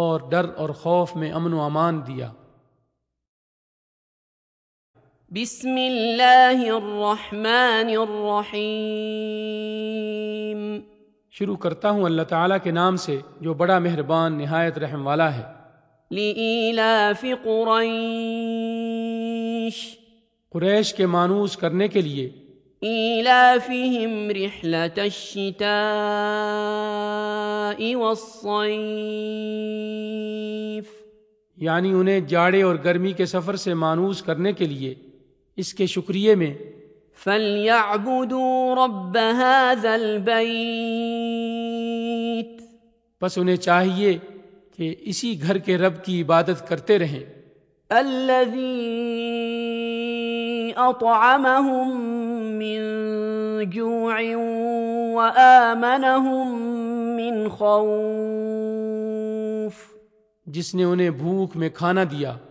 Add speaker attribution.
Speaker 1: اور ڈر اور خوف میں امن و امان دیا
Speaker 2: بسم اللہ الرحمن الرحیم
Speaker 1: شروع کرتا ہوں اللہ تعالیٰ کے نام سے جو بڑا مہربان نہایت رحم والا ہے
Speaker 2: لإيلاف قريش
Speaker 1: قریش کے مانوس کرنے کے لیے
Speaker 2: إيلافهم رحلة الشتاء والصيف
Speaker 1: یعنی انہیں جاڑے اور گرمی کے سفر سے مانوس کرنے کے لیے اس کے شکریے میں
Speaker 2: فليعبدوا رب هذا البيت
Speaker 1: بس انہیں چاہیے کہ اسی گھر کے رب کی عبادت کرتے رہیں
Speaker 2: الذي أطعمهم من جوع وآمنهم من خوف
Speaker 1: جس نے انہیں بھوک میں کھانا دیا